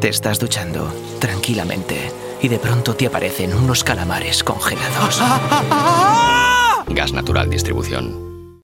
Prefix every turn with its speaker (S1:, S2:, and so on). S1: Te estás duchando tranquilamente y de pronto te aparecen unos calamares congelados.
S2: Gas Natural Distribución.